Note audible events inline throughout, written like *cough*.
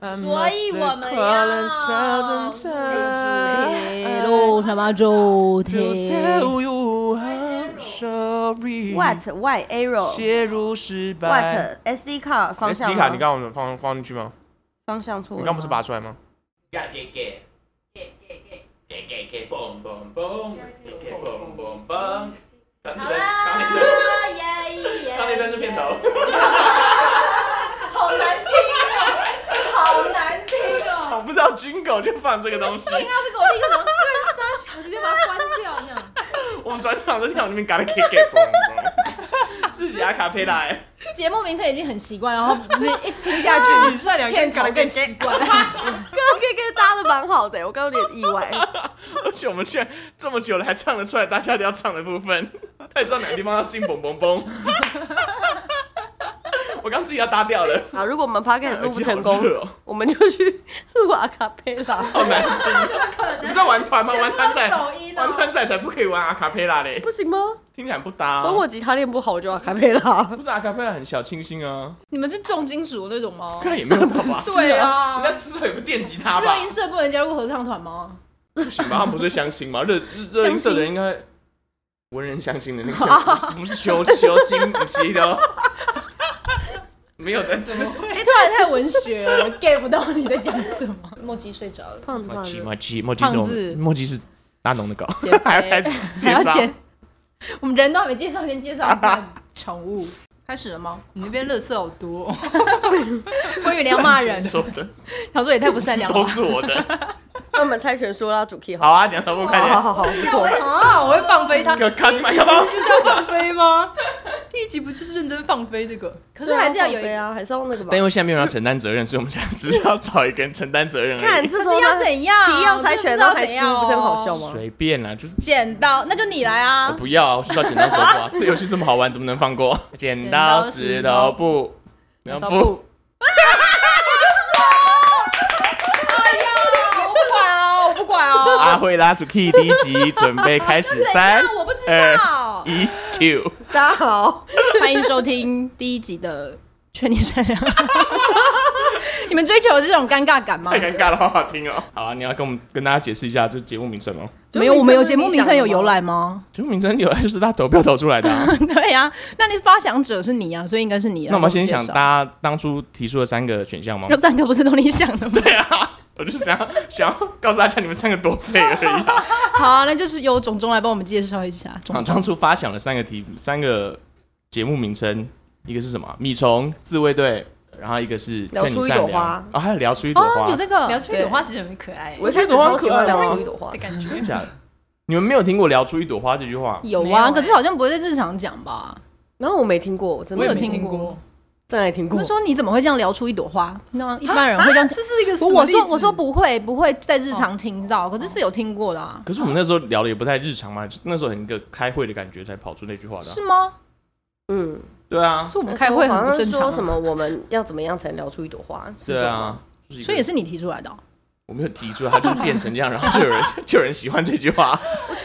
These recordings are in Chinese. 哦所以我们啊要路什么主 To 题？ tell you I'm sorry。 What Y Arrow 陷入失败。 What SD 卡方向迪吗卡，你刚刚我们放放进去吗？方向错了你吗，刚不是拔出来吗？给给给给给给给给蹦蹦蹦，给给蹦蹦蹦。刚那好段，刚那段，啦，耶耶，刚那段是片头。好难听哦，好难听哦。我不知道 Jingle 就放这个东西，听到这个我立刻想，这人傻小，直接把它关掉哦这样。我们转场在电脑里面嘎了 K K 嘣 *laughs* 嘣，自己阿卡佩拉欸。节目名称已经很习惯，然后你一听下去，你算两片头搞得更更习习惯。刚 K K 搭的蛮好的，我刚刚有点意 *laughs* 外。而且我们居然这么久了还唱得出来大家都要唱的部分， *laughs* 他也知道哪个地方要进蹦蹦蹦。 *laughs* 我刚自己要搭掉了，啊，如果我们 p o d c a 录不成功耳机好，热哦我们就去录阿卡贝拉。好难听。你知道玩团吗？玩团仔，全部都走音哦玩团仔才不可以玩阿卡佩拉嘞，不行吗？听起来不搭啊、等我吉他练不好，我就阿卡贝拉。不是阿卡贝拉很小清新啊，你们是重金属的那种吗？看也没有到 *laughs* 吧？ *laughs* 对啊人，家至少有个电吉他吧热？音社不能加入合唱团吗？不行吧？他们不是相亲吗？热热音社的人应该文人相亲的那个相亲，不是求求金不是的，哦没有在这么。哎，突然太文学了，我 get 不到你在讲什么。墨迹睡着了，胖子墨胖迹，子，墨迹，墨迹是胖我子们墨迹是大农的狗减肥， *laughs* 还还是还介要绍剪。我们人都还没介绍，先介绍一下宠物。开始了吗？你那边乐色好多、哦，我以为你要骂 *laughs* 人，说的想说也太不善良了都吧。是我的。那我们猜拳说啦，主 key 好。好啊，讲小布，快好点。好好，不错。啊，我会放飞它，给我卡起麦克风。 *laughs* 就是要放飞吗？第一集不就是认真放飞这个？可是还是要有一对啊，还是要那个吧但。因为现在没有人要承担责任，所以我们想只是要找一个人承担责任而已。看这时可候是要呢，怎样？第一要猜拳，我真然后的还不输，知道怎样哦不是很好笑？吗？随便啦，就是剪刀，那就你来我啊！不要啊，我就是要剪刀石头布啊！ *laughs* 这游戏这么好玩，怎么能 *laughs* 放过？剪刀石头布，然后布。我不管啊哦，我不管哦。阿慧拉主 key 第一集准备开始，怎三样？我不 *laughs* 知二道。一 Q，大家好，欢迎收听第一集的《劝你善良》。 *laughs* 你们追求这种尴尬感吗太？尴尬了，好好听哦。好啊，你要跟我们跟大家解释一下这节目名称吗？没有，我们有节节目目名名称称有有由由来来吗？ *laughs* 节目名称有来就是大家投票投出来的啊。对呀、啊，那你发想者是你啊，所以应该是你啊。那我们先想大，大家当初提出的三个选项吗有？三个不是都你想的吗？对啊，我就想要想要告诉大家你们三个多废而已啊。好啊，那就是由种种来帮我们介绍一下。种当初发想了三个题，三个节目名称，一个是什么？啊米虫自卫队，然后一个是聊劝出你一善朵良花啊，还有聊出一朵花哦，有，这个聊出一朵花其实很可爱我一开始超喜欢聊出一朵花的，感真觉的，假的？你们没有听过“聊出一朵花”这句话？有没有啊，欸可是好像不会在日常讲吧？然后我没听过，我真的我有没听过过。啊真的没听我过是。说你怎么会这样聊出一朵花？那一般人会这样讲。这是一个什我么我例子哦说我说，不会不会在日常听到，可是是有听过的啊，可是我们那时候聊的也不太日常嘛，那时候很一个开会的感觉才跑出那句话的啊、是吗？嗯，对啊，是我们开会好很不像正常啊、说什么我们要怎么样才能聊出一朵花？是对这种吗啊，，就一个所以也是你提出来的哦、我没有提出来，它就是变成这样，然后就有人就有人喜欢这句话，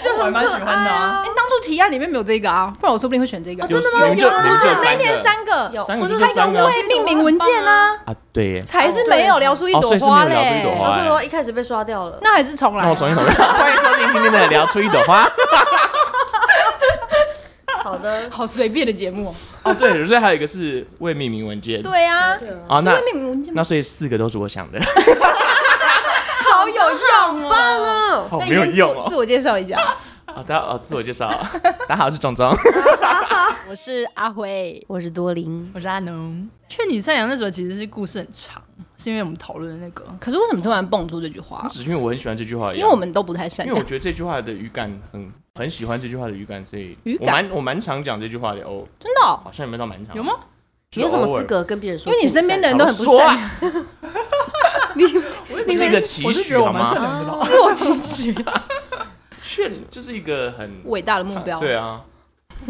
这我还蛮喜欢的啊。哎、当初提案里面没有这个啊，不然我说不定会选这个。真的吗？你们就有啊你们就有那三天个三个有三个我就就是它三用个啊未命名文件哦啊，啊，对耶，才是没有聊出一哦所朵以是没花有聊出一朵嘞。花然后说一开始被刷掉了。那还是重来、啊。那我重新投票， *laughs* 欢迎收听今天的《聊出一朵花》。好的，好随便的节目哦。哦，对，所以还有一个是未命名文件。对啊，是啊，那未命名文件吗那？所以四个都是我想 *laughs* 的，好有用哦。棒哦！好那你先自我自我介绍一下，啊，大家哦，自我 *laughs* 介绍，大家好，我是壮壮。 *laughs* *laughs* 我是阿辉。我是多林，我是阿农，《劝你善良》那时候其实是故事很长，是因为我们讨论的那个可是为什么突然蹦出这句话？只是因为我很喜欢这句话而已啊，因为我们都不太善因为我良。觉得这句话的语感很很喜欢这句话的语感，所以语我感蛮我蛮常讲这句话的哦，真的哦、好像也没有到蛮常，有吗？你有什么资格跟别人因说？为你身边的人我都很不善良。不是一个期我是许觉得我好蛮善吗？良的啦。自我期许， *laughs* 确实就是一个很伟大的目标。对啊，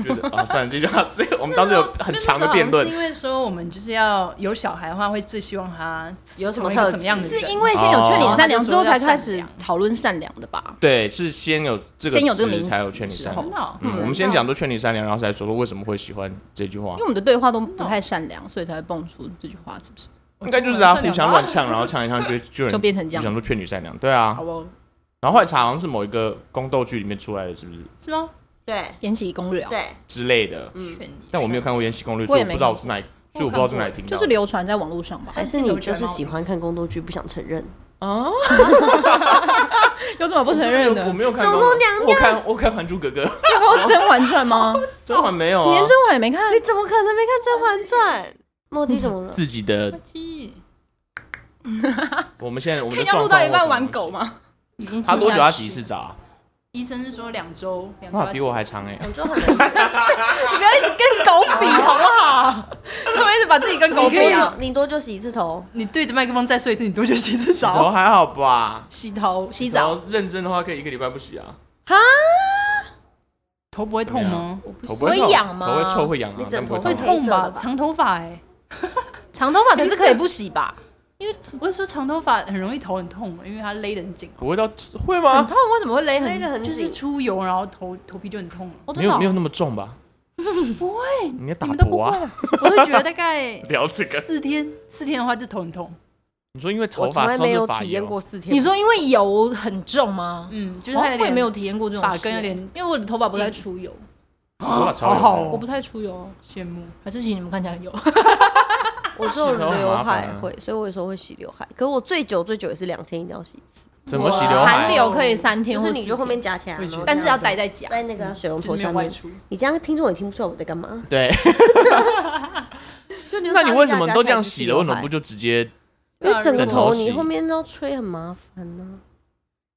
觉得啊，算了，这句话，这个我们当时有很长的辩论是，因为说我们就是要有小孩的话，会最希望他有什么成为一个特质怎么样的是人因为先有劝你善良哦之后才他就开说要善始良讨论善良的吧？对，是先有这个先有这个词名词才有劝你善是吧。良真的哦、嗯，我们先讲都劝你善良，然后才说说为什么会喜欢这句话因为。我们的对话都不太善良，所以才会蹦出这句话，是不是？啊应该就是大家互相乱呛。呛，然后呛一呛就会就有人就变成这样想说劝女善良，对啊好。哦不？然后后来查好像是某一个宫斗剧里面出来的，是不是是吗？对延禧攻略啊，对，之类的？嗯，劝你但我没有看过《延禧攻略》，我所以也我不没知道我是哪，所以我不知道是哪里听到就的。是流传在网络上 *laughs* 吧？还是你就是喜欢看宫斗剧，不想承认？ *laughs* 有什么不承认的？我你没有看种过，种娘我看我看《还珠格格》， *laughs* 有看过《甄嬛传》吗？甄嬛没有你啊连。甄嬛也没看你？哎怎么可能没看《甄嬛传》？墨迹怎么 *laughs* 了？自己的，鸡 *laughs* 我们现在我们可的以要录到一半玩狗吗？吗？已经他多久要洗一一次？澡啊？医生是说两周，两周哇，要比洗我还长哎、 *laughs* 我就很难，你不要一直跟狗 *laughs* 比好不好？他们一直把自己跟狗你比多久啊？你多久洗一次头？你对着麦克风再说一次，你多久洗一次头啊澡？还好吧？洗头、洗然澡，后认真的话，可以一个礼拜不洗啊。头不会痛吗？我不头洗不会会痛痒吗头会臭会痒啊，你枕头但不会痛痛痛啊吧，黑色的吧长头发哎，长头发才是可以不洗吧？我是说长头发很容易头很痛，因为它勒得很紧啊，不会到会很吗？痛，为什么会勒勒得很？很就是紧。出油，然后头头皮就很痛。我没真的有哦没有那么重吧？不会，你在打你们都不博会啊？。我是觉得大概聊这个，四天，四天的话就头很痛。你说因为我头从发来烧没是有发体验过油，四天。你说因为油很重吗？嗯，就是我它有也点没有体验过这种事发根有点因为我的头发不太出油，头发超好好油哦我不太出油啊，羡慕。还是请你们看起来很油。我只洗有头很麻啊刘烦海啊会，所以我有时候会洗刘海。可我最久最久也是两天一定要洗一次，怎么洗刘韩海？流可以三天就或是四天，你就后面啊夹起来，会然后觉得但是要这样待在家。在那个水龙就头是没下有外面。出，你这样听众也听不出来我在干嘛。对，就那你为什么都这样洗了？为什刘么海不？就直接？因为枕枕头头洗你后面要吹很麻烦呢、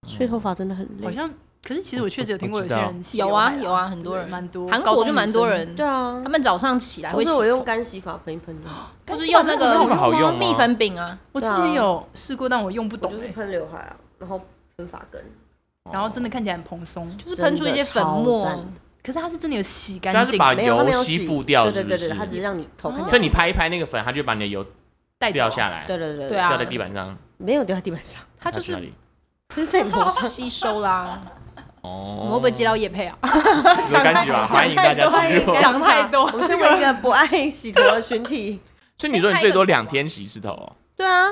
吹头发真的很累。好像可是其实我确实有听过有些我人洗有啊刘海有啊，很多对人蛮多，韩高国中就蛮多人，对，啊他，们早上起来或会洗者我用头，干洗法喷一喷的，或是用那干洗头个很好用吗蜜粉饼啊，我之对啊前有试过，但我用不我懂、就是欸喷刘海啊，然后喷发根。然后真的看起来很蓬松，就是喷出一些粉末真的超赞。可是它是真的有洗干它净，是把没有，他油没有吸洗附掉，对对对是对，不他是只是让你头看起所来。以你拍一拍那个粉，它就把你的油带走啊掉下来，对对对对啊掉在地板上，没有掉在地板上， *laughs* 它就去哪是里？就是在你头上。吸收啦。我哦们会不会接到叶配啊？有干洗吧？欢迎大家欢进迎入。干洗法想太多我们身为一个不爱洗头的群体，所以你说你最多两天洗一次头哦，对啊，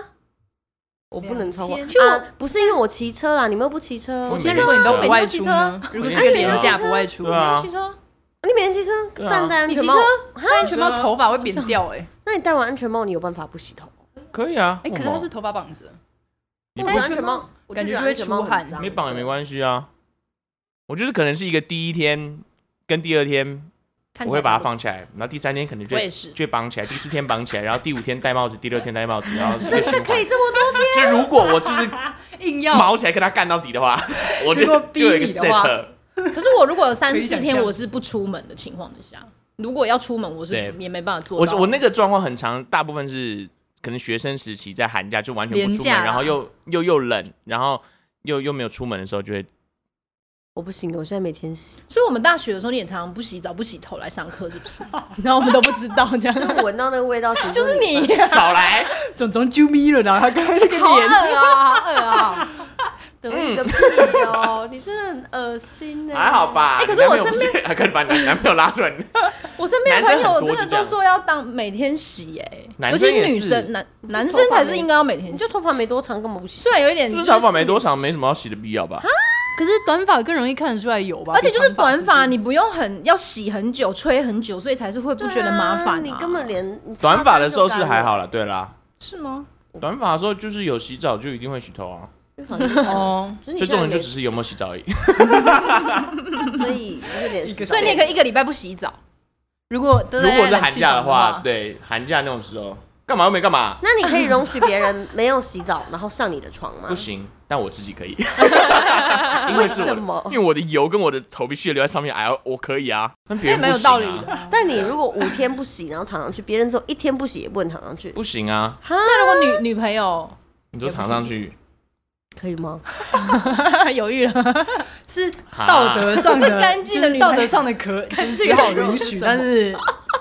我不能超过。两啊，不是因为我骑车啦，你们又不骑车，我我骑那车如果你都每不天外骑出车呢啊？如果每是天个骑廉车价不外出，对啊汽，车，你每天骑车，对啊但戴安你全骑帽车，戴安全帽头发会扁掉哎、欸那你戴完安全帽，你有办法不洗头？可以啊。哎、可是它是头发绑着，你戴不安全帽，我感觉觉就得会安全帽出汗很脏哦没绑也没关系啊。我就是可能是一个第一天跟第二天，看我起来会把差它不多。放起来，然后第三天可能就我也是就绑起来，第四天绑起来，然后第五天戴帽子，第六天戴帽子，然后真的可以。这么多天？就如果我就是硬要毛起来跟他干到底的话，我就如果逼就有一个你的话 set，可是我如果有三可以四想天象我是不出门的情况之下，如果要出门，我是对也没办法做我到。我那个状况很长，大部分是可能学生时期在寒假就完全不出廉价啦门，然后又又又冷，然后又又没有出门的时候，就会我不行，我现在每天洗，所以我们大学的时候，你也常常不洗澡、不洗头来上课，是不是？然后我们都不知道这 *laughs* 样。闻到那个味道，谁就是你你，少来。总总啾咪了啦，他刚才那个好脸，恶啊，好恶啊！得意嗯个屁哦，你真的很呃恶心呢。还好吧？哎可是你男我朋友不身 *laughs* 是还可以把男男朋友拉出来，我身边的朋友真男生的很多都说要当每天洗、哎，男尤生其也是女生，男男生才是应该要每天你洗就。头发没多长，根本不洗。虽然有一点，是就不是是头发没多少，没什么要洗的必要吧？可是短发更容易看得出来有吧？而且就是比长短是不发，是你不用很要洗很久、吹很久，所以才是会不觉得麻烦、啊对啊你根本连你短发的时候是还好，了，对啦，是吗？短发的时候就是有洗澡就一定会洗头啊，哦，所所以这种人就只是有没有洗澡而已。所以就是脸湿，所以你也可以一个礼拜不洗澡，如果如如果是寒假的话，，对，寒假那种时候干嘛又没干嘛，那你可以容许别人没有洗澡，然后上你的床吗不？行，但我自己可以，因为是为什我么的，因为我的油跟我的头皮屑留在上面，哎呦，我可以啊，那别人这也蛮不有行道理的啊，但你如果五天不洗，然后躺上去，别人只有一天不洗也不能躺上去，不行啊，那如果女女朋友 *laughs* 你就躺上去，可以吗？犹豫了， *laughs* 是道德上的，是干净就的是女道孩德上的可，就是净只的好女孩允是许，什么但是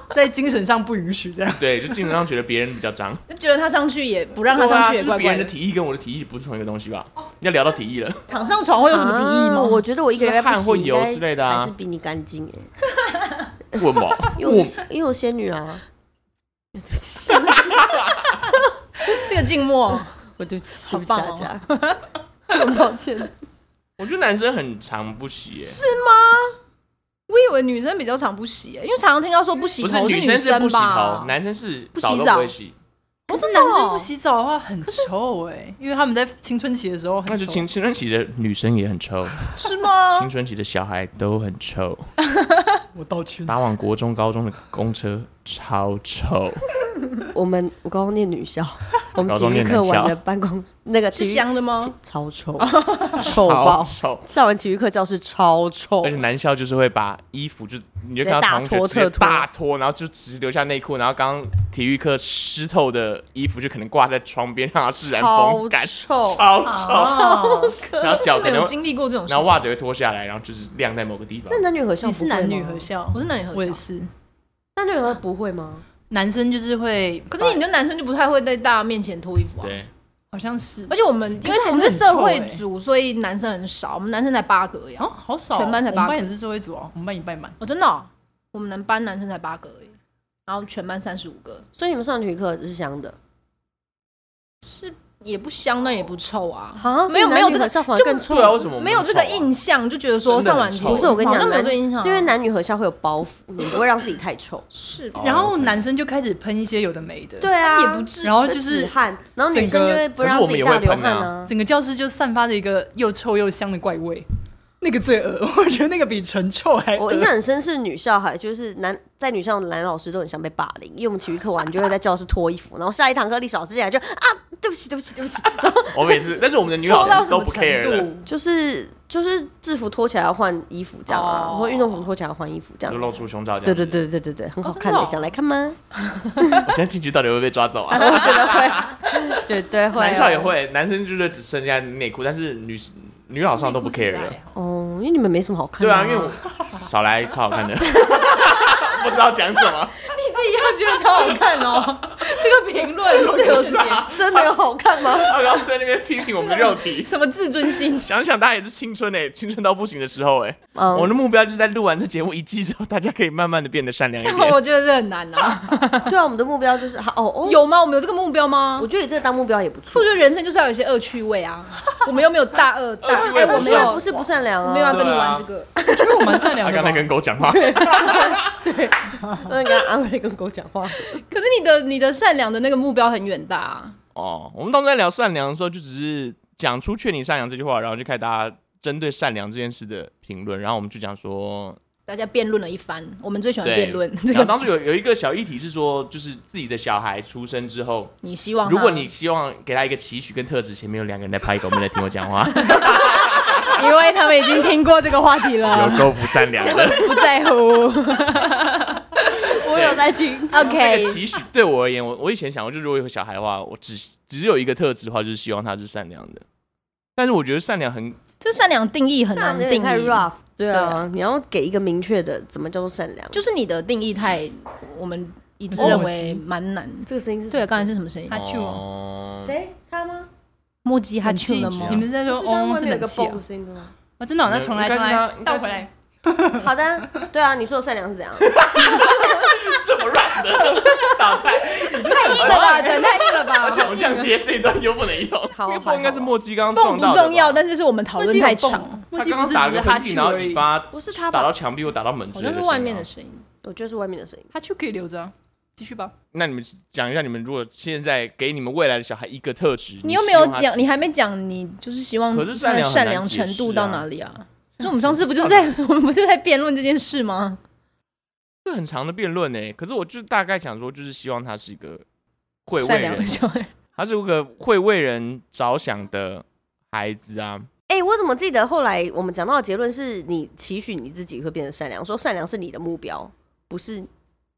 在精神上不允许这样。对，就基本上觉得别人比较脏，就觉得她上去也不让她对啊，上去就也是怪别怪人的提议跟我的提议不是同一个东西吧？要聊到提议了， *laughs* 躺上床会有什么提议吗？啊我觉得我一个礼拜不就是汗或洗，油应该之类的啊还是比你干净哎。问我，因为我是因为我仙女啊，这个静默，我对不起，好对不起棒大哦家，很抱歉。我觉得男生很长不洗耶，是吗？我以为女生比较常不洗、欸，因为常常听到说不洗不头女女是不洗头吧，？男生是不洗澡都澡不会洗，可是真的男哦生不洗澡的话很臭哎、因为他们在青春期的时候很那就臭青青春期的女生也很臭，是吗？青春期的小孩都很臭。我道歉。打往国中、高中的公车超臭， *laughs* 我们我高中念女校，我们高体中育念课男校玩的办公那个是哦体育香的吗？超臭，臭好爆！臭。上完体育课教室超臭而，且男校就是会把衣服就你就直接看到大同学脱直接侧脱大脱，然后就只留下内裤，然后刚刚体育课湿透的衣服就可能挂在床边让它自然风干，臭 *laughs* 超臭。 *laughs* 然后脚可没能有会，经历过这种事然后情。哎袜子会脱下来，然后就是晾在某个地方那。男女合校你不是会男女吗合校，我是男女合我也校，是。男女合校不会吗？男生就是会，可是你的男生就不太会在大家面前脱衣服啊。对，好像是而且我们因可为是我还是们是社会很臭欸组，所以男生很少，我们男生才八个呀哦，。好少哦，全班才八我个们班也是社会组哦，我们班一半一半。哦，真的哦，我们男班男生才八个而已，然后全班三十五个，所以你们上体育课是香的是也不香，但也不臭啊。啊？没有没有这个校反而就更臭对。啊，为什么我们没有这个印象，就觉得说真的上很完臭体不不是我跟你好讲，像没有男这个印象啊，是因为男女合校会有包袱，你不会让自己太臭。是哦然后男生就开始喷一些有的没的， *laughs* 对，啊，也不至于然后就是止汗，然后女整生个就会不可是让我自们己也大会流喷汗啊啊。整个教室就散发着一个又臭又香的怪味，那个最恶，我觉得那个比陈臭还恶。 *laughs* 我印象很深是女校还就是男在女校的男老师都很想被霸凌，因为我们体育课完就会在教室脱衣服，然后下一堂课历史老师进来就啊，对不起，对不起，对不起，我们也是，但是我们的女拖老到师什都么不程 care 了，度？就是就是制服脱起来要换衣服这样啊，哦或运动服脱起来要换衣服这就样。露出胸罩这对样。对，对对对对，很好真看的的，哦想来看吗？ *laughs* 我今天进去到底会不会被抓走啊？我觉得会， *laughs* 绝对会。啊男校也。会，男生就是只剩下内裤，但是女女老师好像都不 care 了。哦，因为你们没什么好看对的、啊，因为我 *laughs* 少来超好看 *laughs* 的，不知道讲什么。你自己要觉得超好看哦，这个评论真的有点真的有好看吗？ *laughs* 他然后在那边批评我们的肉体，什么自尊心？ *laughs* 想想大家也是青春哎、青春到不行的时候哎、嗯我的目标就是在录完这节目一季之后，大家可以慢慢的变得善 *laughs* 良一点。我觉得这很难啊。对啊，我们的目标就是好哦哦，，有吗？我们有这个目标吗我？觉得你这个当目标也不我错。觉得人生就是要有一些恶趣味啊。我们又没有大恶大，恶趣味哎我但没是有不，是不善良我啊，没有要跟你玩这个。因为我蛮善良他的刚才吧。跟狗讲 *laughs* 话，那你刚刚安慰跟狗讲 *laughs* 话，可是你的你的善良的那个目标很远大啊。哦，我们当时在聊善良的时候，就只是讲出“劝你善良”这句话，然后就看大家针对善良这件事的评论，然后我们就讲说，大家辩论了一番，我们最喜欢 *laughs* 对，辩论。这然后个当时有有一个小议题是说，就是自己的小孩出生之后，你希望他，如果你希望给他一个期许跟特质，前面有两个人在拍狗，没在听我 *laughs* 讲话，因为他们已经听过这个话题了，有够不善 *laughs* 良的。不在 *laughs* 乎。我有在听。那个 OK，期许对我而言，我我以前想过，就如果有小孩的话，我只只有一个特质的话，就是希望他是善良的。但是我觉得善良很这善良定义很善难良有定点太义， rough，对对啊啊，你要给一个明确的，怎么叫做善良？就是你的定义太，我们一致哦认为蛮难。这个声音是对，刚才是什么声音他？就哦，谁他吗？墨迹他去了吗你？们在说不刚刚哦外是面有冷个气啊嘣的？声音的吗？我真的哦，那重来应该重是来他应该倒是回来。好的，对啊，你说的善良是怎样？这么软的就打开，太硬了吧，讲太硬了而且吧。我们这样接这一段又不能用，好那个不应该是墨迹刚刚蹦撞不到的吧重要，但是是我们讨论太长。墨他迹刚不是刚打只个是喷哈嚏，去然后而尾已，巴不是他吧打到墙壁或打到门之好类像的是声音啊，外面的声音，我觉得是外面的声 *laughs* 音。哈去可以留着啊，继续吧。那你们讲一下，你们如果现在给你们未来的小孩一个特质，你又没有希望他讲，你还没讲，你就是希望可是他善的良很善难良解释啊程度到哪里啊？所以我们上次不就是在 *laughs* 我们不是在辩论这件事吗？是很长的辩论呢。可是我就大概想说，就是希望他是一个会为善良人的小孩，他是个会为人着想的孩子啊。哎，我怎么记得后来我们讲到的结论是你期许你自己会变得善良，说善良是你的目标，不是？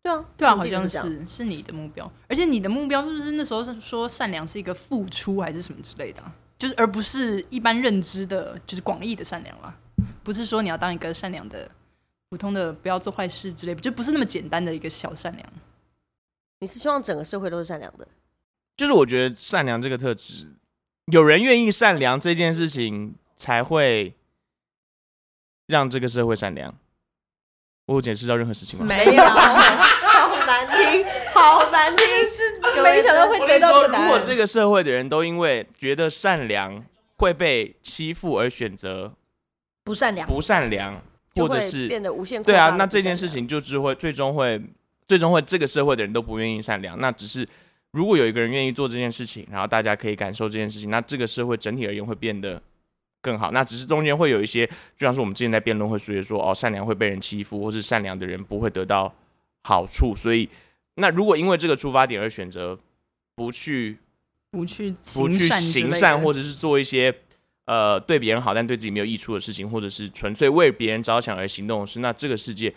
对啊，对啊，我好记得像这样。是是你的目标，而且你的目标是不是那时候是说善良是一个付出还是什么之类的啊、就是而不是一般认知的，就是广义的善良啦，不是说你要当一个善良的普通的不要做坏事之类，就不是那么简单的一个小善良。你是希望整个社会都是善良的，就是我觉得善良这个特质，有人愿意善良这件事情，才哎会让这个社会善良。我有解释到任何事情吗？没有，好难听，好难听，是没想到会我得跟你到说，这个答如果案。这个社会的人都因为觉得善良会被欺负而选择不善良，不善良，就或会者是变得无限扩对大啊的，那不这件善良事情就只会最终会最终会这个社会的人都不愿意善良，那只是如果有一个人愿意做这件事情，然后大家可以感受这件事情，那这个社会整体而言会变得。更好，那只是中间会有一些，就像是我们之前在辩论会说说哦，善良会被人欺负，或是善良的人不会得到好处，所以那如果因为这个出发点而选择不去不去不去行善，善或者者是做一些呃对别人好但对自己没有益处的事情，或者是纯粹为别人着想而行动的事，那这个世界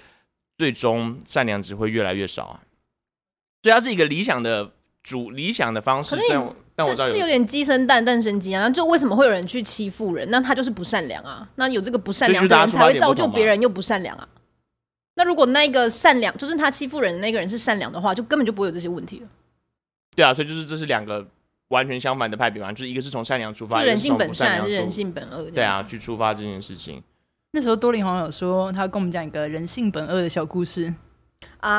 最终善良只会越来越少啊。所以它是一个理想的主理想的方式可是，你但我但我这知道这有有。点鸡生蛋，蛋生鸡啊。那就为什么会有人去欺负人？那他就是不善良啊。那有这个不善良的人才会造就别人又不善良啊。那如果那个善良，就是他欺负人的那个人是善良的话，就根本就不会有这些问题了。对啊，所以就是这是两个完全相反的派别嘛，就是一个是从善良出发，就一个人是性从本不善善还良是人出性本恶？对，啊去出发这件事情。那时候多林皇有说，他跟我们讲一个人性本恶的小故事，啊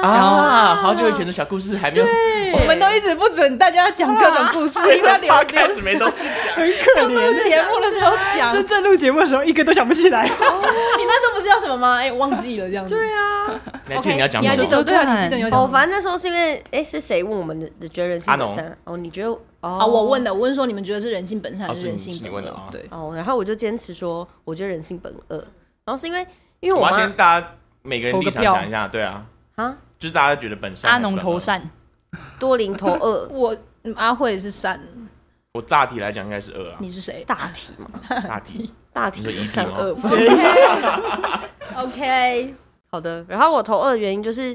啊，好久以前的小故事还没有，我们都一直不准大家讲各种故事，因为要留 *laughs* 他留开始没东西讲，可录节目的时候 *laughs* 欸讲。真正录节目的时候，一个都想不起 *laughs* 来。你那时候不是要什么吗？哎，忘记了这样子。对啊，你还记得你要讲你还什记么？得？对啊，你记得你有讲哦，什么。反正那时候是因为，哎，是谁问我们的的觉得人性阿本农善？哦，你觉得？哦啊，我问的，我问说你们觉得是人性本善还哦是人你性是你本问的恶啊？对，哦，然后我就坚持说，我觉得人性本恶。然后是因为，因为我我要妈先大家每个人投个立场票讲一下，对啊，啊，就是大家觉得本啊善阿还是农本 *laughs* 头恶，善，多零头恶，我嗯阿慧是善，我大体来讲应该是 *laughs* 恶啊，你是谁大体嘛，大体大 *laughs* 你说一体体善吗恶。 ？OK，好的，然后我头二的原因就是，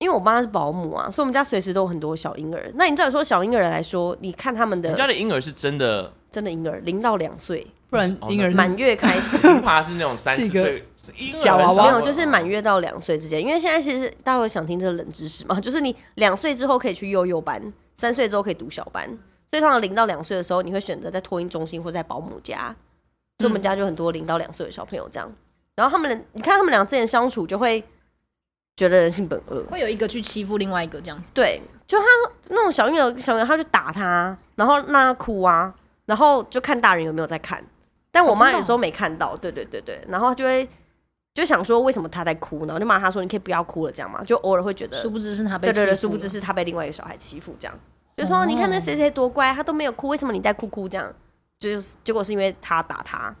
因为我妈是保姆啊，所以我们家随时都有很多小婴儿。那你照理说小婴儿来说，你看他们你的家的婴儿是 *laughs* 真的真的婴儿零到两岁，不然婴儿满月开 *laughs* 始，不怕是那种三是四一个岁是婴儿假娃娃很少没会有就是满月到两岁之间，因为现在其实大家会想听这个冷知识嘛，就是你两岁之后可以去幼幼班，三岁之后可以读小班，所以通常零到两岁的时候，你会选择在托婴中心或在保姆家，所以我们家就很多零到两岁的小朋友这样。然后他们俩，你看他们俩之间相处，就会觉得人性本恶。会有一个去欺负另外一个这样子。对，就他那种小婴儿，小婴儿他就打他，然后让他哭啊，然后就看大人有没有在看。但哦我妈有时候没看到，对对对对，然后她就会就想说为什么他在哭，然后就骂他说你可以不要哭了这样嘛，就偶尔会觉得，殊不知是他被对欺负对了，哦对，殊不知是他被另外一个小孩欺负这样，就说你看那谁谁多乖，他都没有哭，为什么你在哭哭这样？就是结果是因为他打他，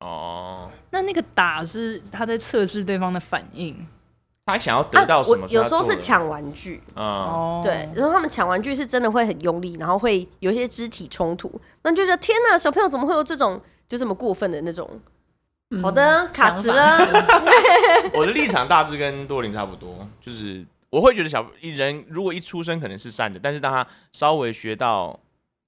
哦，那那个打是他在测试对方的反应他想要得到啊什我么？有时候是，抢玩具，嗯，哦，对，然后他们抢玩具是真的会很用力，然后会有一些肢体冲突，那你就觉得天哪，小朋友怎么会有这种就这么过分的那种？好的，卡词了，我的立场大致跟多林差不多，就是我会觉得小人如果一出生可能是善的，但是当他稍微学到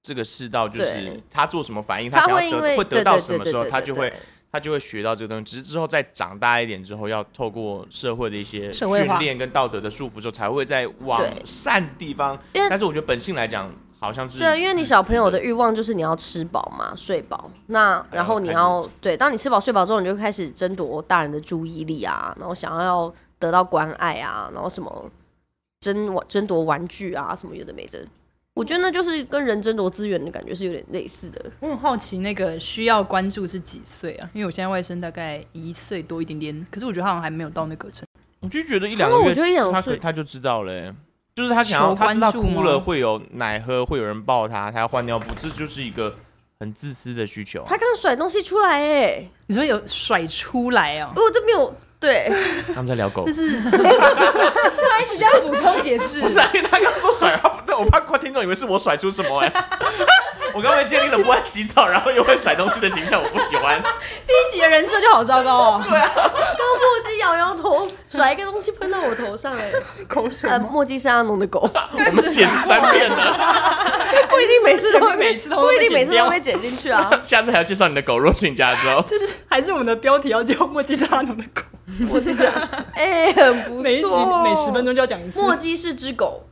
这个世道，就是对他做什么反应， *laughs* 他想会要因得为会对得到对什对么对时候，对他对就对会嗯他就会学到这个东西，只是之后再长大一点之后，要透过社会的一些社会化训练跟道德的束缚之后，才会再往对善地方。因为但是我觉得本性来讲，好像是对啊，因为你自私小朋友的欲望就是你要吃饱嘛，睡饱，那然后你还有要对，当你吃饱睡饱之后，你就开始争夺大人的注意力啊，然后想要得到关爱啊，然后什么争玩争夺玩具啊，什么有的没的，我觉得那就是跟人争夺资源的感觉是有点类似的。我很好奇那个需要关注是几岁啊？因为我现在外甥大概一岁多一点点，可是我觉得他好像还没有到那个程度。我就觉得一两啊个我月，觉得一两他岁可他就知道了欸、就是他想要求他知道关注哭吗了会有奶喝，会有人抱他，他要换尿布，这就是一个很自私的需求啊。他刚刚甩东西出来、欸，你说有甩出来哦？哎，我这边有对。 *laughs* 他们在聊狗， *laughs* 不他一直在补充解 *laughs* 释，是、啊，因为他刚说甩，他不对，我怕观听众以为是我甩出什 *laughs* 么哎、我刚才建立了不爱洗澡，然后又会甩东西的形象，我不喜欢。第一集的人设就好糟糕哦。刚墨迹摇摇头，甩一个东西喷到我头上、欸，哎，口水。呃，墨迹是阿农的 *laughs* 狗， *laughs* 我们解释三 *laughs* 遍了，不一定每次都会每被，次都不会一被定每次都剪掉被剪进去 *laughs* 啊。下次还要介绍你的狗，若去你家 *laughs* 之后，这是还是我们的标题要叫墨迹是阿农的狗，墨迹是，哎、很不错。每一集每十分钟，钟就要讲一次。墨迹是只狗，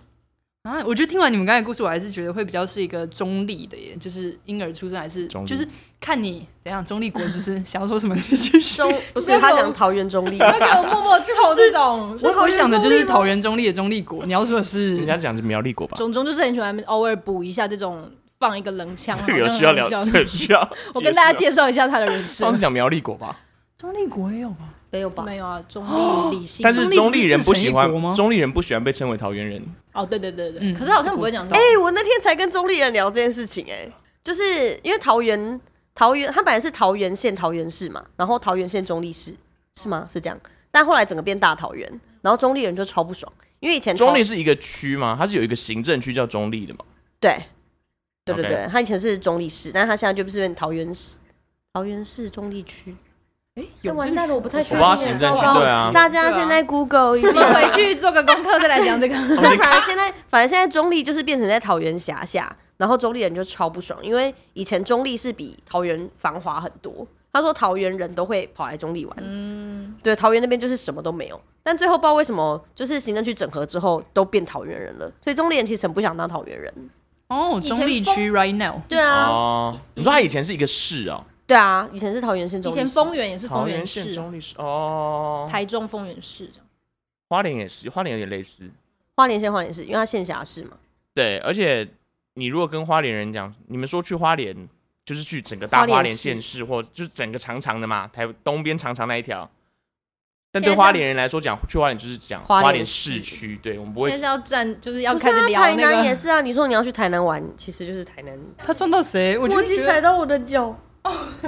啊，我觉得听完你们刚才的故事，我还是觉得会比较是一个中立的耶，就是婴儿出生还是中立就是看你怎样中立国是不是想要说什么你继续。中不是他讲桃园中立，不要给我默默吃透这 *laughs* 种。我好想的就是桃园中立的中立国，你要说的是人家讲是苗栗国吧？种种就是很喜欢偶尔补一下这种放一个冷枪，这个有好像需要很聊，好笑这个有需要 *laughs* 我跟大家解释介绍一下他的人啊。上次生。讲苗栗国吧，中立国也有吧？没有吧？没有啊，中立理性，但是中中立立是人不喜欢自成一国吗，中立人不喜欢被称为桃园人。哦，对对对对，嗯可是好像不会讲到哎、我那天才跟中立人聊这件事情、哎，就是因为桃园，桃园，它本来是桃园县桃园市嘛，然后桃园县中立市是吗？是这样，但后来整个变大桃园，然后中立人就超不爽，因为以前哦桃中立是一个区嘛，它是有一个行政区叫中立的嘛。对，对对 OK 对，他以前是中立市，但他现在就不是变桃园市，桃园市中立区。哎，那有完蛋了，我不太确我不定知道行哦政区糟糕对啊大家现在 Google *laughs* 一我们 *laughs* 下。回去做个功课再来讲 *laughs* 这个。但反而现在，反而现在中立就是变成在桃园辖下，然后中立人就超不爽，因为以前中立是比桃园繁华很多。他说桃园人都会跑来中立玩，嗯，对，桃园那边就是什么都没有。但最后不知道为什么，就是行政区整合之后都变桃园人了，所以中立人其实很不想当桃园人。哦，以前中立区 right now。对啊，哦，你说它以前是一个市哦，对啊，以前是桃园县中以立市，前丰原也是丰桃原园县市，中立市哦，台中丰原市这样。花莲也是，花莲有点类似。花莲县花莲市，因为它县辖市嘛，对，而且你如果跟花莲人讲，你们说去花莲，就是去整个大花莲花莲市县市，或就是整个长长的嘛，台东边长长那一条。但现在对像花莲人来说讲，去花莲就是讲花莲花莲市市区，对我们不现会在是要站，就是要不是开始啊，聊台那南也个。是啊。你说你要去台南玩，其实就是台南。他撞到谁？我就莫觉基得踩到我的脚，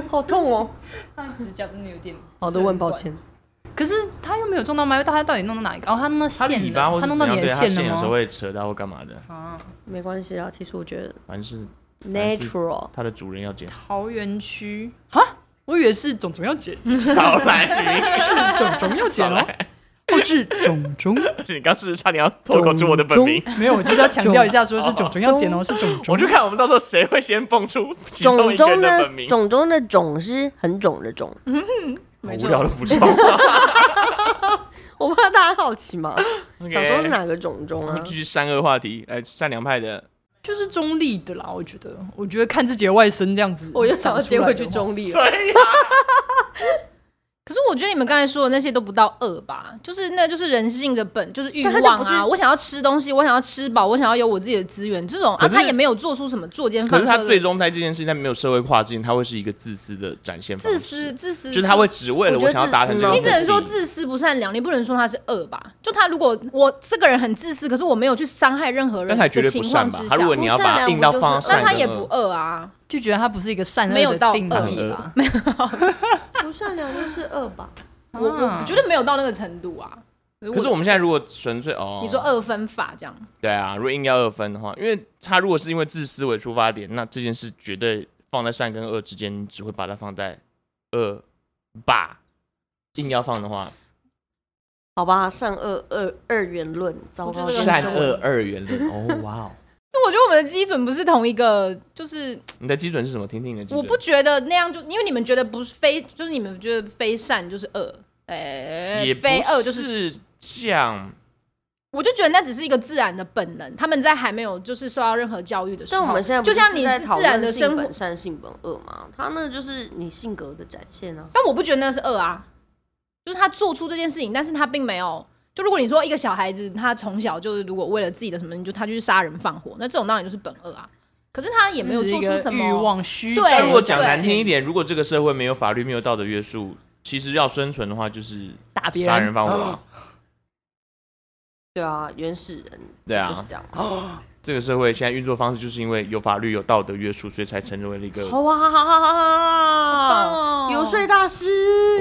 好痛哦！他的指甲真的有点。好的，问抱。歉。 *laughs* 可是他又没有撞到麦，他到底弄到哪一个？哦，他弄到他的线尾巴了，或他是弄怎到你的样，对他了线有时候吗？会扯到或干嘛的，啊，没关系啊，其实我觉得反正是 natural 它的主人要捡。桃园区哈，我以为是种种要剪，少 *laughs* 来，种种要剪少 *laughs* 哦，来！不是种种，哦你刚是不是差点要脱口出我的本名，没有，我就是要强调一下，说是种种要剪哦，是种种。我就看我们到时候谁会先蹦出其中种一个人中的的本名。种中的种是很种的种，好没无错聊的补充。啊我怕大家好奇嘛，想说是 *laughs* OK 哪个种中我啊们继？续善恶话题，来善良派的就是中立的啦，我觉得，我觉得看自己的外甥这样子，我又想要接回去长出来的话。中 *laughs* *laughs* 立了，可是我觉得你们刚才说的那些都不到饿吧，就是那就是人性的本，就是欲但它望就不是啊。我想要吃东西，我想要吃饱，我想要有我自己的资源，这种啊，可是他也没有做出什么作奸可犯是科他的最终在这件事情，他没有社会化之前，他会是一个自私的展现方自式。私，自私就是他会只为了我觉得我嗯想要达成这个目嗯的。你只能说自私不善良，你不能说他是恶吧？就他如果我这个人很自私，可是我没有去伤害任何人但他也绝的对不情况善吧之？他下啊如，果你要把硬到放到那善嗯他良也不恶啊。就觉得他不是一个善恶没有的到定恶义吧？啊不善良就是恶吧？我啊我觉得没有到那个程度啊。如果可是我们现在如果纯粹哦，你说二分法这样，对啊，如果硬要二分的话，因为他如果是因为自私为出发点，那这件事绝对放在善跟恶之间，你只会把它放在恶吧。硬要放的话，好吧，善恶二二元论，糟糕我，觉得这个很善重要恶二元论。哦，哇哦！那我觉得我们的基准不是同一个，就是 *laughs* 你的基准是什么？听听你的基准。我不觉得那样就，因为你们觉得不是非，就是你们觉得非善就是恶，哎、也不非恶就是这样。我就觉得那只是一个自然的本能，他们在还没有就是受到任何教育的时候，但我们现在不就是像你在是讨自然论的性生活本，善、性本恶嘛，他那就是你性格的展现啊。但我不觉得那是恶啊，就是他做出这件事情，但是他并没有。就如果你说一个小孩子，他从小就是如果为了自己的什么，你就他就去杀人放火，那这种当然就是本恶啊。可是他也没有这是做一出个什欲么，望虚对但假如果讲难听一点，点，如果这个社会没有法律、没有道德约束，其实要生存的话，就是打别杀人人，放火啊。对啊，原始人对啊就是这样。这个社会现在运作方式，就是因为有法律、有道德约束，所以才成为了一个。好哇，哦游说大师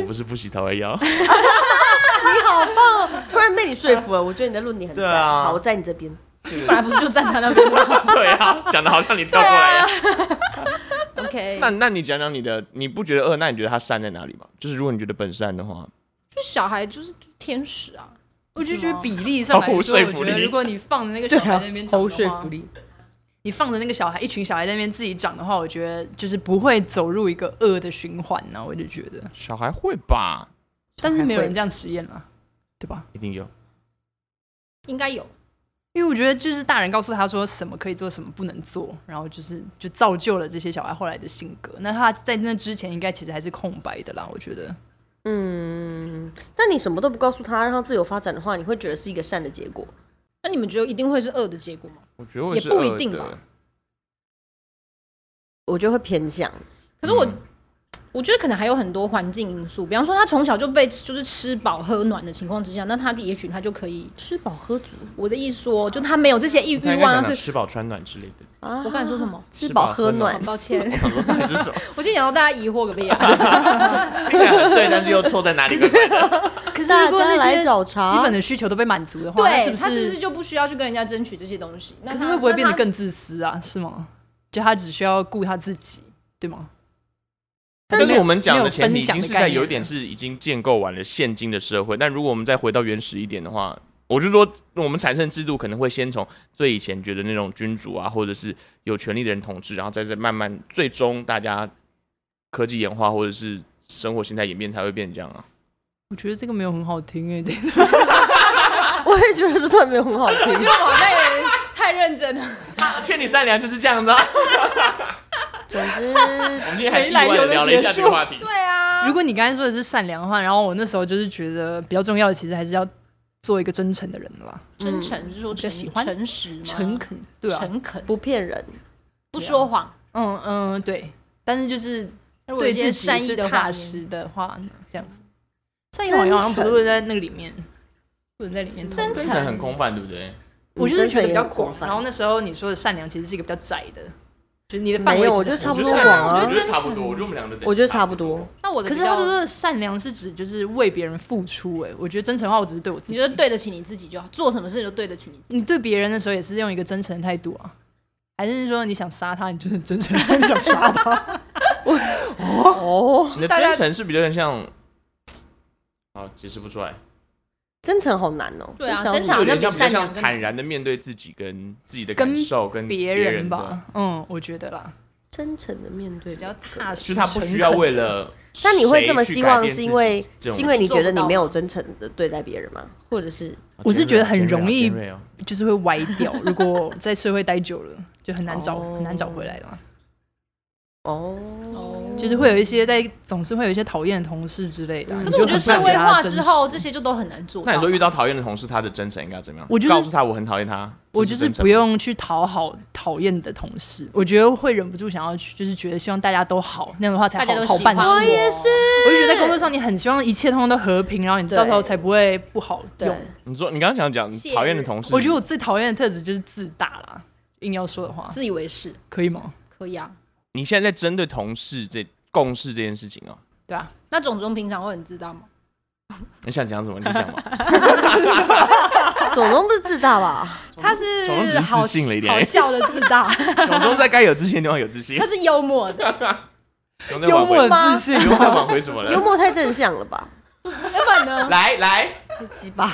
我，不是不洗头而已哦。你好棒！突然被你说服了，我觉得你的论点很对赞。啊好，我在你这边。本来不是就站他那边吗 *laughs* 对啊，讲的好像你跳过来一样。 ？OK，那那你讲讲你的，你不觉得恶？那你觉得它善在哪里吗？就是如果你觉得本善的话，就小孩就是天使啊，我就觉得比例上来毫无说，说我服觉力得如果你放着那个小孩在那边长的话，力。你放着那个小孩一群小孩在那边自己长的话，我觉得就是不会走入一个恶的循环呢、我就觉得，小孩会啊吧，但是没有人这样实验了，对吧？一定有。应该有。因为我觉得就是大人告诉他说什么可以做，什么不能做，然后就是就造就了这些小孩后来的性格。那他在那之前应该其实还是空白的啦，我觉得。嗯，但你什么都不告诉他，让他自由发展的话，你会觉得是一个善的结果。那你们觉得一定会是恶的结果吗？我觉得我也是不一恶定的吧。我就会偏向，可是我，嗯我觉得可能还有很多环境因素，比方说他从小就被就是吃饱喝暖的情况之下，那他也许他就可以吃饱喝足。我的意思说，就他没有这些欲他欲应该望，讲他讲是吃饱穿暖之类的。 *laughs* *laughs* 我刚才说什么？啊吃吃饱饱喝喝暖暖很，抱歉， *laughs* 我说到底是什么？我先讲到大家疑惑个屁啊！听起来很对，但是又错在哪里？怪怪的可是大如果家那来些找茬基本的需求都被满足的话，那对不他是不是是？就不需要去跟人家争取这些东西？那可是他会不会变得？那他更自私啊？是吗？就他只需要顾他自己，对吗？但是我们讲没的有前提分已享经的是概在念有一点是已经建构完了现今的社会，但如果我们再回到原始一点的话，我就说我们产生制度可能会先从最以前觉得那种君主啊，或者是有权力的人统治，然后再再慢慢最终大家科技演化或者是生活形态演变才会变这样啊。我觉得这个没有很好听哎、这个 *laughs* *laughs* 我也觉得这特别很好听。哇，那也太认真了。欠你善良就是这样子啊。总之，我们今天还意外的聊了一下这个话题。 *laughs* 对啊，如果你刚才说的是善良的话，然后我那时候就是觉得比较重要的，其实还是要做一个真诚的人啦，真诚是说较诚喜欢诚实吗？诚恳，对啊，诚恳，不骗人，不说谎，嗯嗯，对。但是就是如果有对一自己些善意是的踏话，实的话，这样子。善真意好像不诚论在那个里面，不能在里面讨论。真真诚很空泛，对不对？我就是觉得比较真诚也很广广。泛然后那时候你说的善良其实是一个比较窄的，就是你的范没围有，其我实觉得很差不多广我觉得我啊觉，得差不多，我觉得我们两个的我觉得差不多。。那我的可比是较他就是善良是指就是为别人付出、哎，我觉得真诚的话，我只是对我自己。你觉得对得起你自己就好，做什么事就对得起你自己。你对别人的时候也是用一个真诚的态度啊，还是说你想杀他，你就是真诚地想杀 *laughs* 他？哦，你的真诚是比较有点像，好解释不出来，真诚好难哦。对啊真真诚好有那比难点像比较善良像跟坦然的面对自己跟自己的跟感受跟别人人的，吧，嗯，我觉得啦，真诚的面对比较人，踏就实，是他不需要为 *laughs* 了谁但去改变自己。你会这么希望，是因为这种是因为你觉得你没有真诚的对待别人吗？或者是我是觉得很尖锐啊容易尖锐哦诚恳就是会歪掉。 *laughs* 如果在社会待久了，就很难找，哦很难找回来的嘛。哦，就是会有一些在，总是会有一些讨厌的同事之类的啊。你嗯可是我觉得很社难会给他化真之实后，，这些就都很难做。那你说遇，到讨厌的同事，他的真诚应该怎么样？我就是告诉他我很讨厌他，我这就是真诚不用去讨好讨厌的同事，我觉得会忍不住想要去，就是觉得希望大家都好，那样的话才大家好都好喜办欢事。我也是，我就觉得在工作上，你很希望一切通通都和平，然后你对到时候才不会不好对用。，你说你刚刚想讲谢讨厌的同事，我觉得我最讨厌的特质就是自大啦，硬要说的话，自以为是，可以吗？可以啊。你现在在针对同事这共事这件事情哦，对啊，那种种平常会很知道吗？你想讲什么你就讲 *laughs* 吧。总中不是自大 *laughs* 吧？他总之只是是好自信了一点好笑的自大，总中在该有自信的地方有自信他，是幽默的，总 *laughs* 在幽挽回默的自信。幽默挽回什么幽了？默太正向了吧？要不然呢？来来，太鸡巴，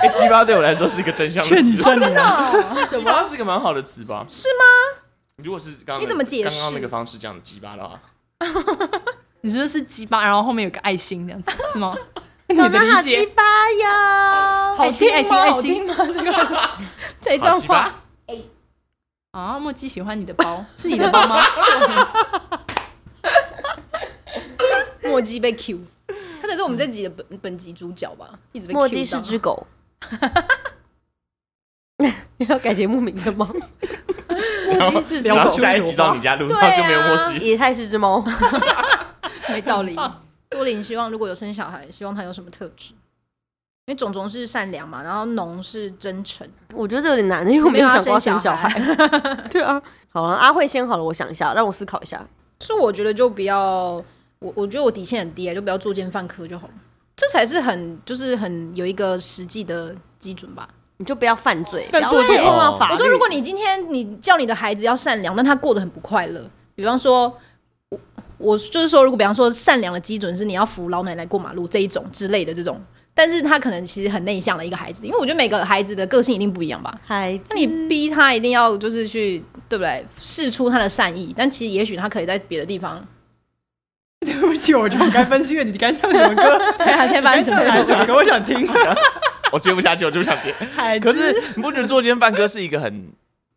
哎，鸡巴对我来说是一个真相的劝你词，善良，什么是一个蛮好的词吧？是吗？如果是刚刚那你怎么解释刚刚那个方式讲鸡巴的话，你说是鸡巴，然后后面有个爱心这样子是 *laughs* 吗？你长的得好啊理鸡解，巴哟，爱心爱心爱好听心 *laughs* 吗？这个这一好段鸡话，巴，啊！墨姬喜欢你的包，是你的包吗？墨姬被 Q，他才是我们这集的本本集主角吧？一直被 cue 到墨迹是只狗。你 *laughs* 要改节目名 *laughs* 称吗？墨姬是只然后狗，下一集到你家录，啊然后就没有默契。野太是只猫，没道理。 *laughs* 多林希望如果有生小孩，希望他有什么特质？因为种种是善良嘛，然后农是真诚，我觉得这有点难，因为我没有想过要生小小孩。。 *laughs* *laughs* 对啊，好了，阿慧先好了，我想一下，让我思考一下。是我觉得就不要，我我觉得我底线很低啊，就不要作奸犯科就好了。这才是很就是很有一个实际的基准吧。你就不要犯罪，不但要做去这碰个到法律。我说，如果你今天你叫你的孩子要善良，但他过得很不快乐，比方说，我我就是说，如果比方说善良的基准是你要扶老奶奶过马路这一种之类的这种，但是他可能其实很内向的一个孩子，因为我觉得每个孩子的个性一定不一样吧。孩子那你逼他一定要就是去对不对，试出他的善意，但其实也许他可以在别的地 *laughs* 方。 *laughs* 对不起，我觉得我该分心了。你该唱什么歌？ *laughs* 对啊，先该 *laughs* 翻什唱哪一么？首歌？我想听。我接不下去，我就不想 *laughs* 接。孩可是你不觉得作奸犯科是一个很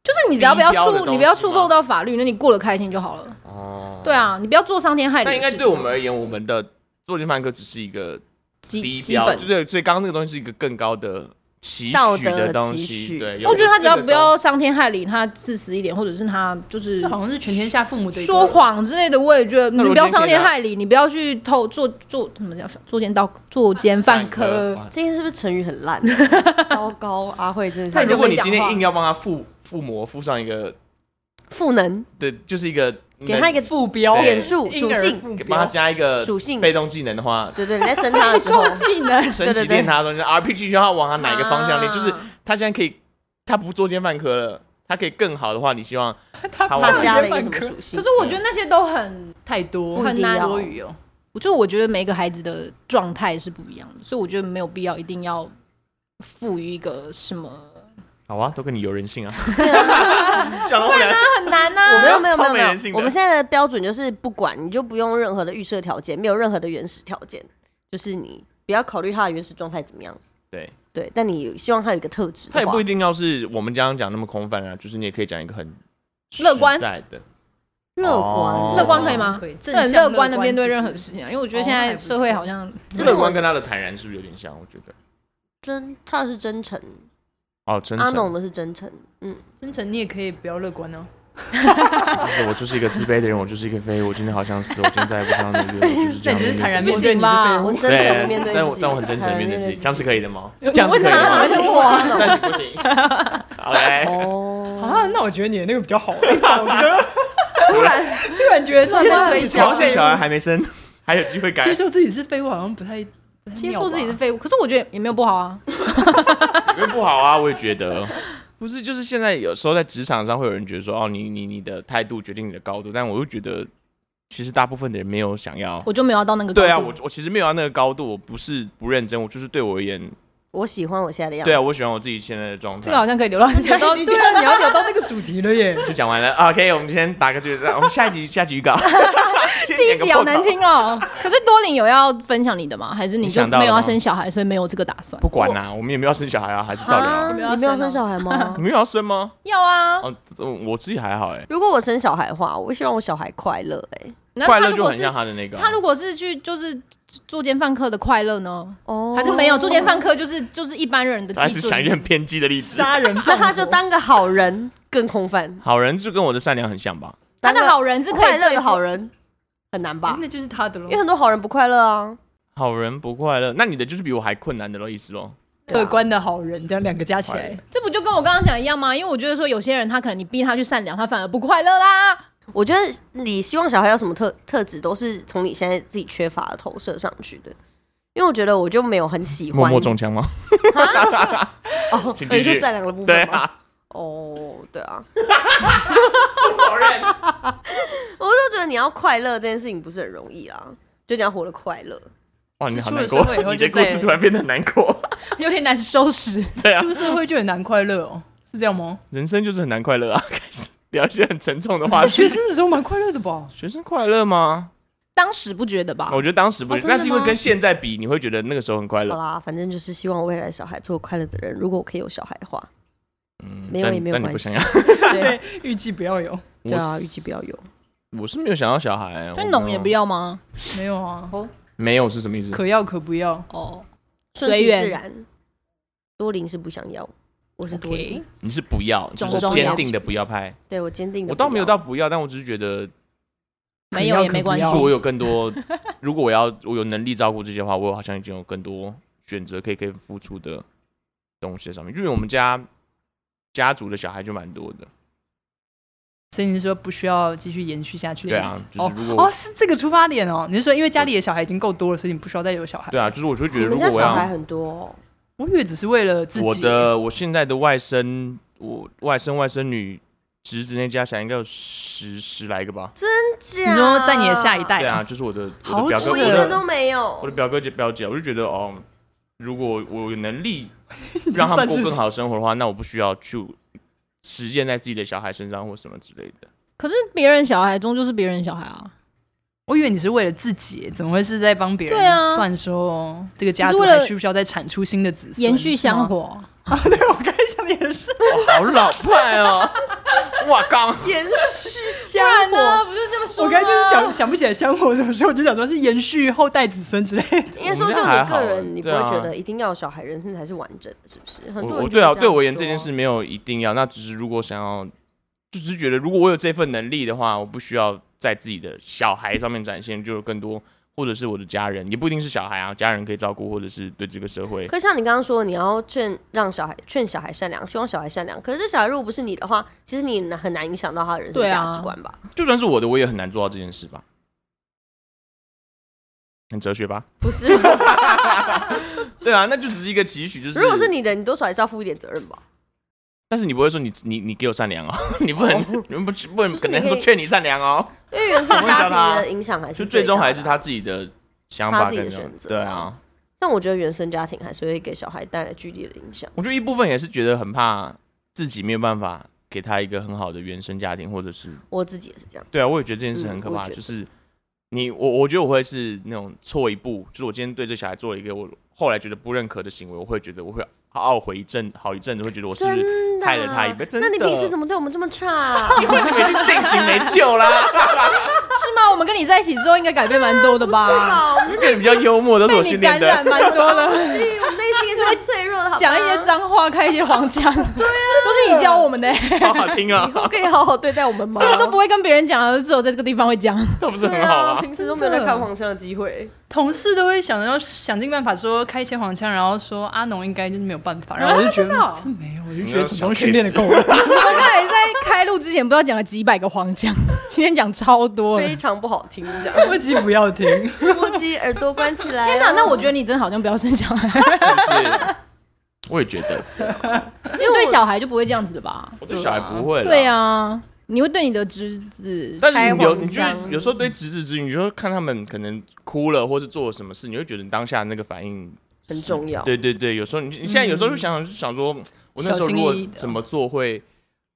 就是你只要不要低标的触，东西啊你不要触碰到法律，那你过得开心就好了。哦？对啊，你不要做伤天害理但的应事情。该对我们而言，我们的作奸犯科只是一个基低基标，本就，对，所以刚刚那个东西是一个更高的期道许德的东期许西。对，有我觉得他只要这个不要伤天害理，他自私一点，或者是他就是这好像是全天下父母的一个说，谎之类的，我也觉得你那如果不要今天伤可以天拿害理，你不要去偷做做怎么叫作奸盗作奸犯科。哇今天是不是成语很烂？ *laughs* 糟糕，阿慧真的太是久如果你讲今天话硬要帮他附附魔，附上一个赋能，对，就是一个给他一个个副标点数婴儿属性副帮他标，加一个属性被动技能的话，对对，你在生他的时 *laughs* 候，技 *laughs* 能，升对级对对练他的东西 RPG 就要往他哪一个方向练，就是啊他现在可以，他不作奸犯科了，他可以更好的话，你希望他他怕他加了一个犯什么科属性可是？我觉得那些都很，太多，不一定要很多余哦。就我觉得每一个孩子的状态是不一样的，所以我觉得没有必要一定要赋予一个 *laughs* 什么，好啊，都跟你有 *laughs* 人性啊， *laughs* 讲到我们俩很难呐、我啊没有们没有没要超有没没有人性，的我们现在的标准就是不管，你就不用任何的预设条件，没有任何的原始条件，就是你不要考虑他的原始状态怎么样。对。对，但你希望他有一个特质的话，他也不一定要是我们刚刚讲那么空泛啊，就是你也可以讲一个很乐观实在的，乐哦观，乐观可以吗可以？那很哦正向乐乐观的观面对其实哦任何事情啊，因为我觉得现在社会好像这个乐我观跟他的坦然是不是有点像？我觉得真他的是真诚，哦，真阿诚，农的是真诚，嗯，真诚，你也可以不要乐观哦。就是我就是一个自卑的人，我就是一个废物，我今天好想死，我今天再也不想努力了，我就是这那你样就是坦然面面 *laughs* 对你对是废我物。真诚的面对自己，嗯但我但我很真诚地面对自己，这样是可以的吗？这样是问可以他，的还吗？是问我？但你不行。OK，哦，啊，那我觉得你的那个比 *laughs* 较好，宝哥。突然突然觉得接受自己是突然好像废小孩物，还没生， *laughs* 还有机会改接。受自己是废物好像不太不太接妙受吧自己是废物，可是我觉得也没有不好啊。因为不好啊，我也觉得。不是，就是现在有时候在职场上会有人觉得说，哦，你你你的态度决定你的高度，但我又觉得，其实大部分的人没有想要。我就没有要到那个对啊，高度我我其实没有到那个高度，我不是不认真，我就是对我而言， *laughs* 我喜欢我现在的样子，对啊，我喜欢我自己现在的状态这个。好像可以留到聊到对啊，你要聊到那个主题了耶。就讲完了 *laughs* 啊，OK，我们先打个决战，我们下一集下集预 *laughs* 告。第第一集好难，听哦。 *laughs* 可是多林有要分享你的吗？还是你你就想到没有了要吗生小孩，所以没有这个打算？不管啦、我们也没有要生小孩啊，还是照聊啊啊。你要们要生生哦小孩吗你？们有要生吗？要啊，哦，嗯我自己还好哎、 *laughs* 如果我生小孩的话，我希望我小孩快乐，哎，那快他乐如就果很是像他的那个啊、他如果是去就是作奸犯科的快乐呢？哦还是没有作奸犯科就是就是一般人的他还基是想一些准？很偏激的例子。 *laughs* 杀人放火，那他就当个好人，更空泛，好人就跟我的善良很像吧？他当的个好人是可以快乐对的付好，人，很难吧哎？那就是他的咯因为。很多好人不快乐啊，好人不快乐，那你的就是比我还困难的咯，意思咯。乐观的好人，这样两个加起坏来人，这不就跟我刚刚讲一样吗？因为我觉得说有些人他可能你逼他去善良，他反而不快乐啦。 *laughs* 我觉得你希望小孩有什么特特质，都是从你现在自己缺乏的投射上去的。因为我觉得我就没有很喜欢默默中枪吗？哦， *laughs* 请你继续说善良的部对分吗？啊，哦，对 *laughs* 啊，好人。 *laughs* 我就觉得你要快乐这件事情不是很容易啊，就你要活得快乐。哇，你好难出了社会以过，后你就的故再事也突然变得很难过。有点难收拾。对啊出，社会就很难快乐哦，是这样吗？人生就是很难快乐啊。开始聊一些很沉重的话 *laughs* 题。学生的时候蛮快乐的吧？学生快乐吗？当时不觉得吧？我觉得当时不哦是，真的那是因为吗跟现在比，你会觉得那个时候很快好乐。啦，反正就是希望未来小孩做快乐的人。如果我可以有小孩的话，嗯没有但也没有但你关不系想要， *laughs* 对，预计不要有，对啊，我预计不要有。我是没有想要小孩，所以我浓没有也不要吗？没有啊，没有是什么意思？可要可不要。哦，顺随其自缘。然。多林是不想要，我是多林 OK，你是不要，就中是中坚要定的不要拍。对我坚定的。我倒没有到，不要，但我只是觉得，没有也没关系可要就是可不我有更多，如果我要我有能力照顾这些的话，我好像已经有更多选择可以可以付出的东西在上面。因为我们家家族的小孩就蛮多的，所以你是说不需要继续延续下去的对意思？啊，就是如果、哦哦，是这个出发点哦。你是说因为家里的小孩已经够多了，所以你不需要再有小孩？对啊，就是我就会觉你得，们如家果我小孩要很多、哦，我以为只是为了自己。我的我现在的外甥，我外甥外甥女侄子那家小孩应该有十十来个吧？你你说在你的下一，代对啊，就是我的我好的表扯哥，我我一个的都没有我的。表哥姐表姐，我就觉得哦，如果我有 *laughs* 能力让他们过更好的生活的话，那我不需要去实践在自己的小孩身上或什么之类的。可是别人小孩终究是别人小孩啊，我以为你是为了自己，怎么会是在帮别对啊人算说这个家你族是为了还需不需要再产出新的子孙？延续香是吗。火，啊， *laughs* 对，我刚才想的也是。哦好老派哦！哇，刚延续香不然火呢，不是这么说我刚才就是想想不起来香火怎么说，我就想说是延续后代子孙之类的。应该说就我们家还你好个人，你不会对啊觉得一定要有小孩，人生才是完整的，是不是？很多我人我就对啊，会样对我而言这说件事没有一定要，那只是如果想要，就只是觉得如果我有这份能力的话，我不需要在自己的小孩上面展现，就有更多，或者是我的家人，也不一定是小孩啊，家人可以照顾，或者是对这个社会，可是像你刚刚说，你要劝让小孩劝小孩善良，希望小孩善良。可是这小孩如果不是你的话，其实你很难影响到他的人生对啊价值观吧？就算是我的，我也很难做到这件事吧。很哲学吧？ *laughs* 不是，对啊，那就只是一个期许，就是如果是，你的，你多少还是要负一点责任 *laughs* 吧？但是你不会说你你你给我善良哦， *laughs* 你不能你们不不能就是可你能可以说劝你善良哦，因为原生家庭的影响还是就最终大的还是他自己的想他法自己跟的那种选择对啊啊。但我觉得原生家庭还是会给小孩带来剧烈的影响。我觉得一部分也是觉得很怕自己没有办法给他一个很好的原生家庭，或者是我自己也是这样，对啊，我也觉得这件事很可嗯怕，我也觉得就是你我我觉得我会是那种错一步，就是我今天对这小孩做了一个我后来觉得不认可的行为，我会觉得我会懊悔一阵好一阵子，会觉得我是不是真的啊。害了他一辈子真那的你平时怎么对我们这么差、 *laughs* 啊？因为你们已经定型没救 *laughs* 啦？是吗？我们跟你在一起之后，应该改变蛮多的不 *laughs* 是啊吧？我们的变得比较幽默都是被我你训练感染的。蛮多的， *laughs* 内心，我们内心也是很脆弱 *laughs* 的，好讲一些脏话，开一些黄腔， *laughs* 对啊，都是你教我们的、好好 *laughs* 听 *laughs* 哦，脏，可以好好对待我们吗？这个都不会跟别人讲，只有在这个地方会讲。那不是对很好啊，吗？平时都没有在看黄腔的机会。同事都会想要想尽办法说开一些黄腔，然后说阿农应该就是没有办法，然后我就觉得真的哦啊真没有，我就你觉得要总小共训练的 case 够了。我们刚才在开录之前，不知道讲了几百个黄腔， *laughs* 今天讲超多了。非常不好听，这样不急不要听， *laughs* *laughs* 摸鸡耳朵关起来、哦天哪，那我觉得你真的好像不要生小孩，是不是？我也觉 *laughs* *laughs* 得，啊因为对小孩就不会这样子的吧？我对小孩不会啦。对啊，你会对你的侄子，但是开你有，黄你就腔会有时候对侄子侄女，你就会看他们可能哭了，或是做了什么事，你会觉得当下那个反应得很重要。对对对，有时候你你现在有时候就想嗯想，就想说，我那时候如小果心翼翼的怎么做会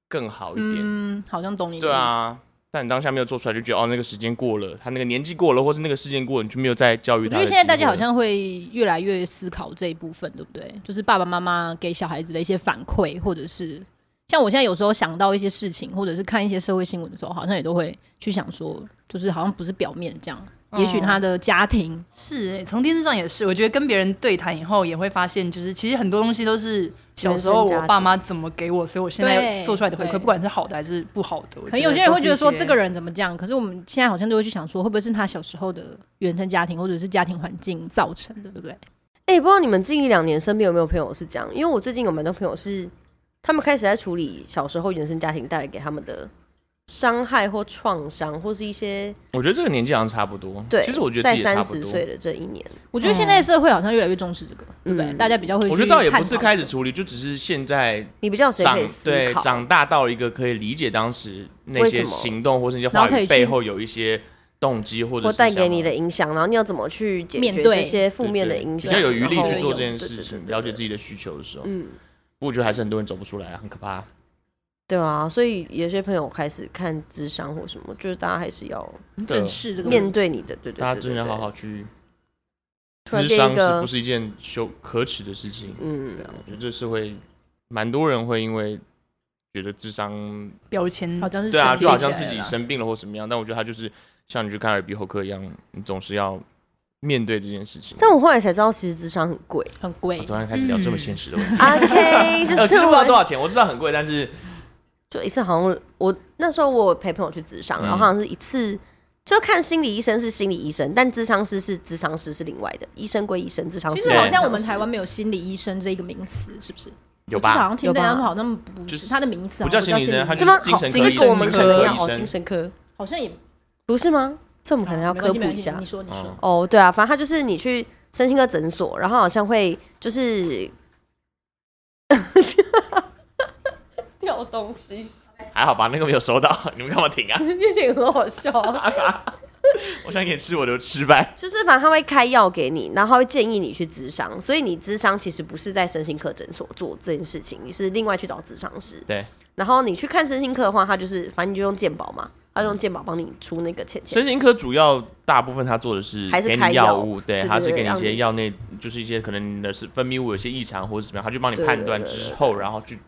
更好一点？嗯，好像懂你的对意思。啊，但你当下没有做出来，就觉得哦，那个时间过了，他那个年纪过了，或是那个事件过了，你就没有再教育我他觉的机会。得现在大家好像会越来越思考这一部分，对不对？就是爸爸妈妈给小孩子的一些反馈，或者是像我现在有时候想到一些事情，或者是看一些社会新闻的时候，好像也都会去想说，就是好像不是表面这样，嗯也许他的家庭是欸从电视上也是，我觉得跟别人对谈以后也会发现，就是其实很多东西都是小时候原生家我庭爸妈怎么给我，所以我现在对做出来的回馈，对不管是好的还是不好的，我可能有些人会觉得说都是一些这个人怎么这样，可是我们现在好像都会去想说，会不会是他小时候的原生家庭或者是家庭环境造成的，对不对？嗯哎、不知道你们近一两年身边有没有朋友是这样？因为我最近有蛮多朋友是，他们开始在处理小时候原生家庭带来给他们的伤害或创伤，或是一些我觉得这个年纪好像差不多。对。其实我觉得在自己三也差不十多。岁的这一年，我觉得现在社会好像越来越重视这个，对不对？嗯大家比较会去我觉得倒也不探讨是开始处理，就只是现在你比较谁长可以思对考？长大到一个可以理解当时那为什些么行动或是那些然后话可以语去背后有一些动机或者或是带给想你法的影响，然后你要怎么去解面决对这些负面的对对影比响？较有余力然后去做这件对对事情，对对了解自己的需求的时候，嗯，不过我觉得还是很多人走不出来啊，很可怕。对啊，所以有些朋友开始看智商或什么，就是大家还是要正视这个嗯面问题对你的，对对对对大家真的要对好好去。突然智间商一个是不是一件羞可耻的事情？嗯，我觉得这是会蛮多人会因为觉得智商标签好像是对啊，身体就好像起自来己了生病了或什么样，但我觉得他就是像你去看耳鼻喉科一样，你总是要面对这件事情。但我后来才知道，其实智商很贵。很贵我，突然开始聊这么现实的 *laughs* 问题， OK，呃啊就其嗯是实不知道多我少钱，我知道很贵，但是就一次好像我那时候我有陪朋友去智商，嗯然后好像是一次就看心理医生是心理医生，但智商师是智商师是另外的，医生归医生，智商其师实归好智商像师我们台湾没有心理医生这一个名词，是不是？有我记得好吧？像听对有吧他们好像不，就是是他的名词不好像叫叫心理医医生他这就么是好，精这神科医个我们生可能精神科要医哦，生精神科好像也不是吗？这我们可能要没科关系没关普一系下你。说你说嗯，哦，对啊，反正他就是你去身心科诊所，然后好像会就是 *laughs* 掉东西， *laughs* 还好吧，那个没有收到， *laughs* 你们干嘛停啊？有点很好笑啊。我想给你吃我就吃呗。就是反正他会开药给你，然后他会建议你去咨商，所以你咨商其实不是在身心科诊所做这件事情，你是另外去找咨商师。对。然后你去看身心科的话，他就是反正你就用健保嘛，要用健保帮你出那个钱钱身。心科主要大部分他做的是还是给开你药药物，对，对他对是对给你一让些你药内，就是一些可能你的是分泌物有些异常或者怎么样，他就帮你对判对断对之对后，然后去，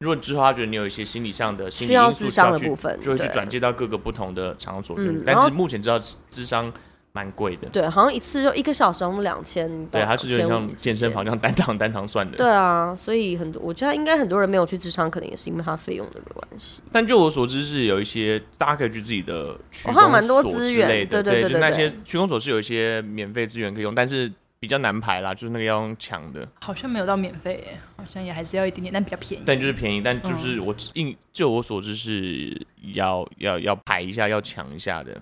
如果之后他觉得你有一些心理上的心理需要因素咨商的去部分就会去对转接到各个不同的场所。嗯但然是后目前知道智商蛮贵的，对，好像一次就一个小时，我们两千。对，它是有点像健身房这样单堂单堂算的。对啊，所以很多我觉得应该很多人没有去智商，可能也是因为他费用的关系。但就我所知是有一些大家可以去自己的区哦还有蛮多公所资之源类的，对对对就对那对些区公所是有一些免费资源可以用，但是比较难排啦，就是那个要用抢的，好像没有到免费耶，好像也还是要一点点，但比较便宜。但就是便宜，但就是我只印就我所知是要要要排一下，要抢一下的。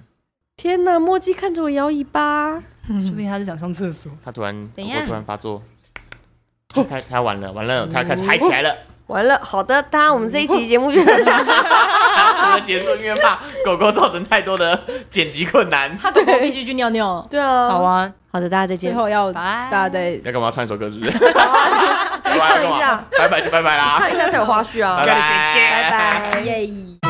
天哪，墨迹看着我摇尾巴，说不定他是想上厕所。他突然狗怎狗样突然发作，他开他完了完了，哦他开始嗨起 *laughs* 来了，完了。好的，大家我们这一集节目就是这样 *laughs* 他结束因为怕狗狗造成太多的剪辑困 *laughs* 难。他狗狗必须去尿尿了。对啊，好，啊，好的，大家再最见。后要拜大家再要干嘛？唱一首歌是不 *laughs* *laughs* 是？拜哦拜唱一下，拜拜就拜拜啦，唱一下才有花絮啊，拜拜拜。耶。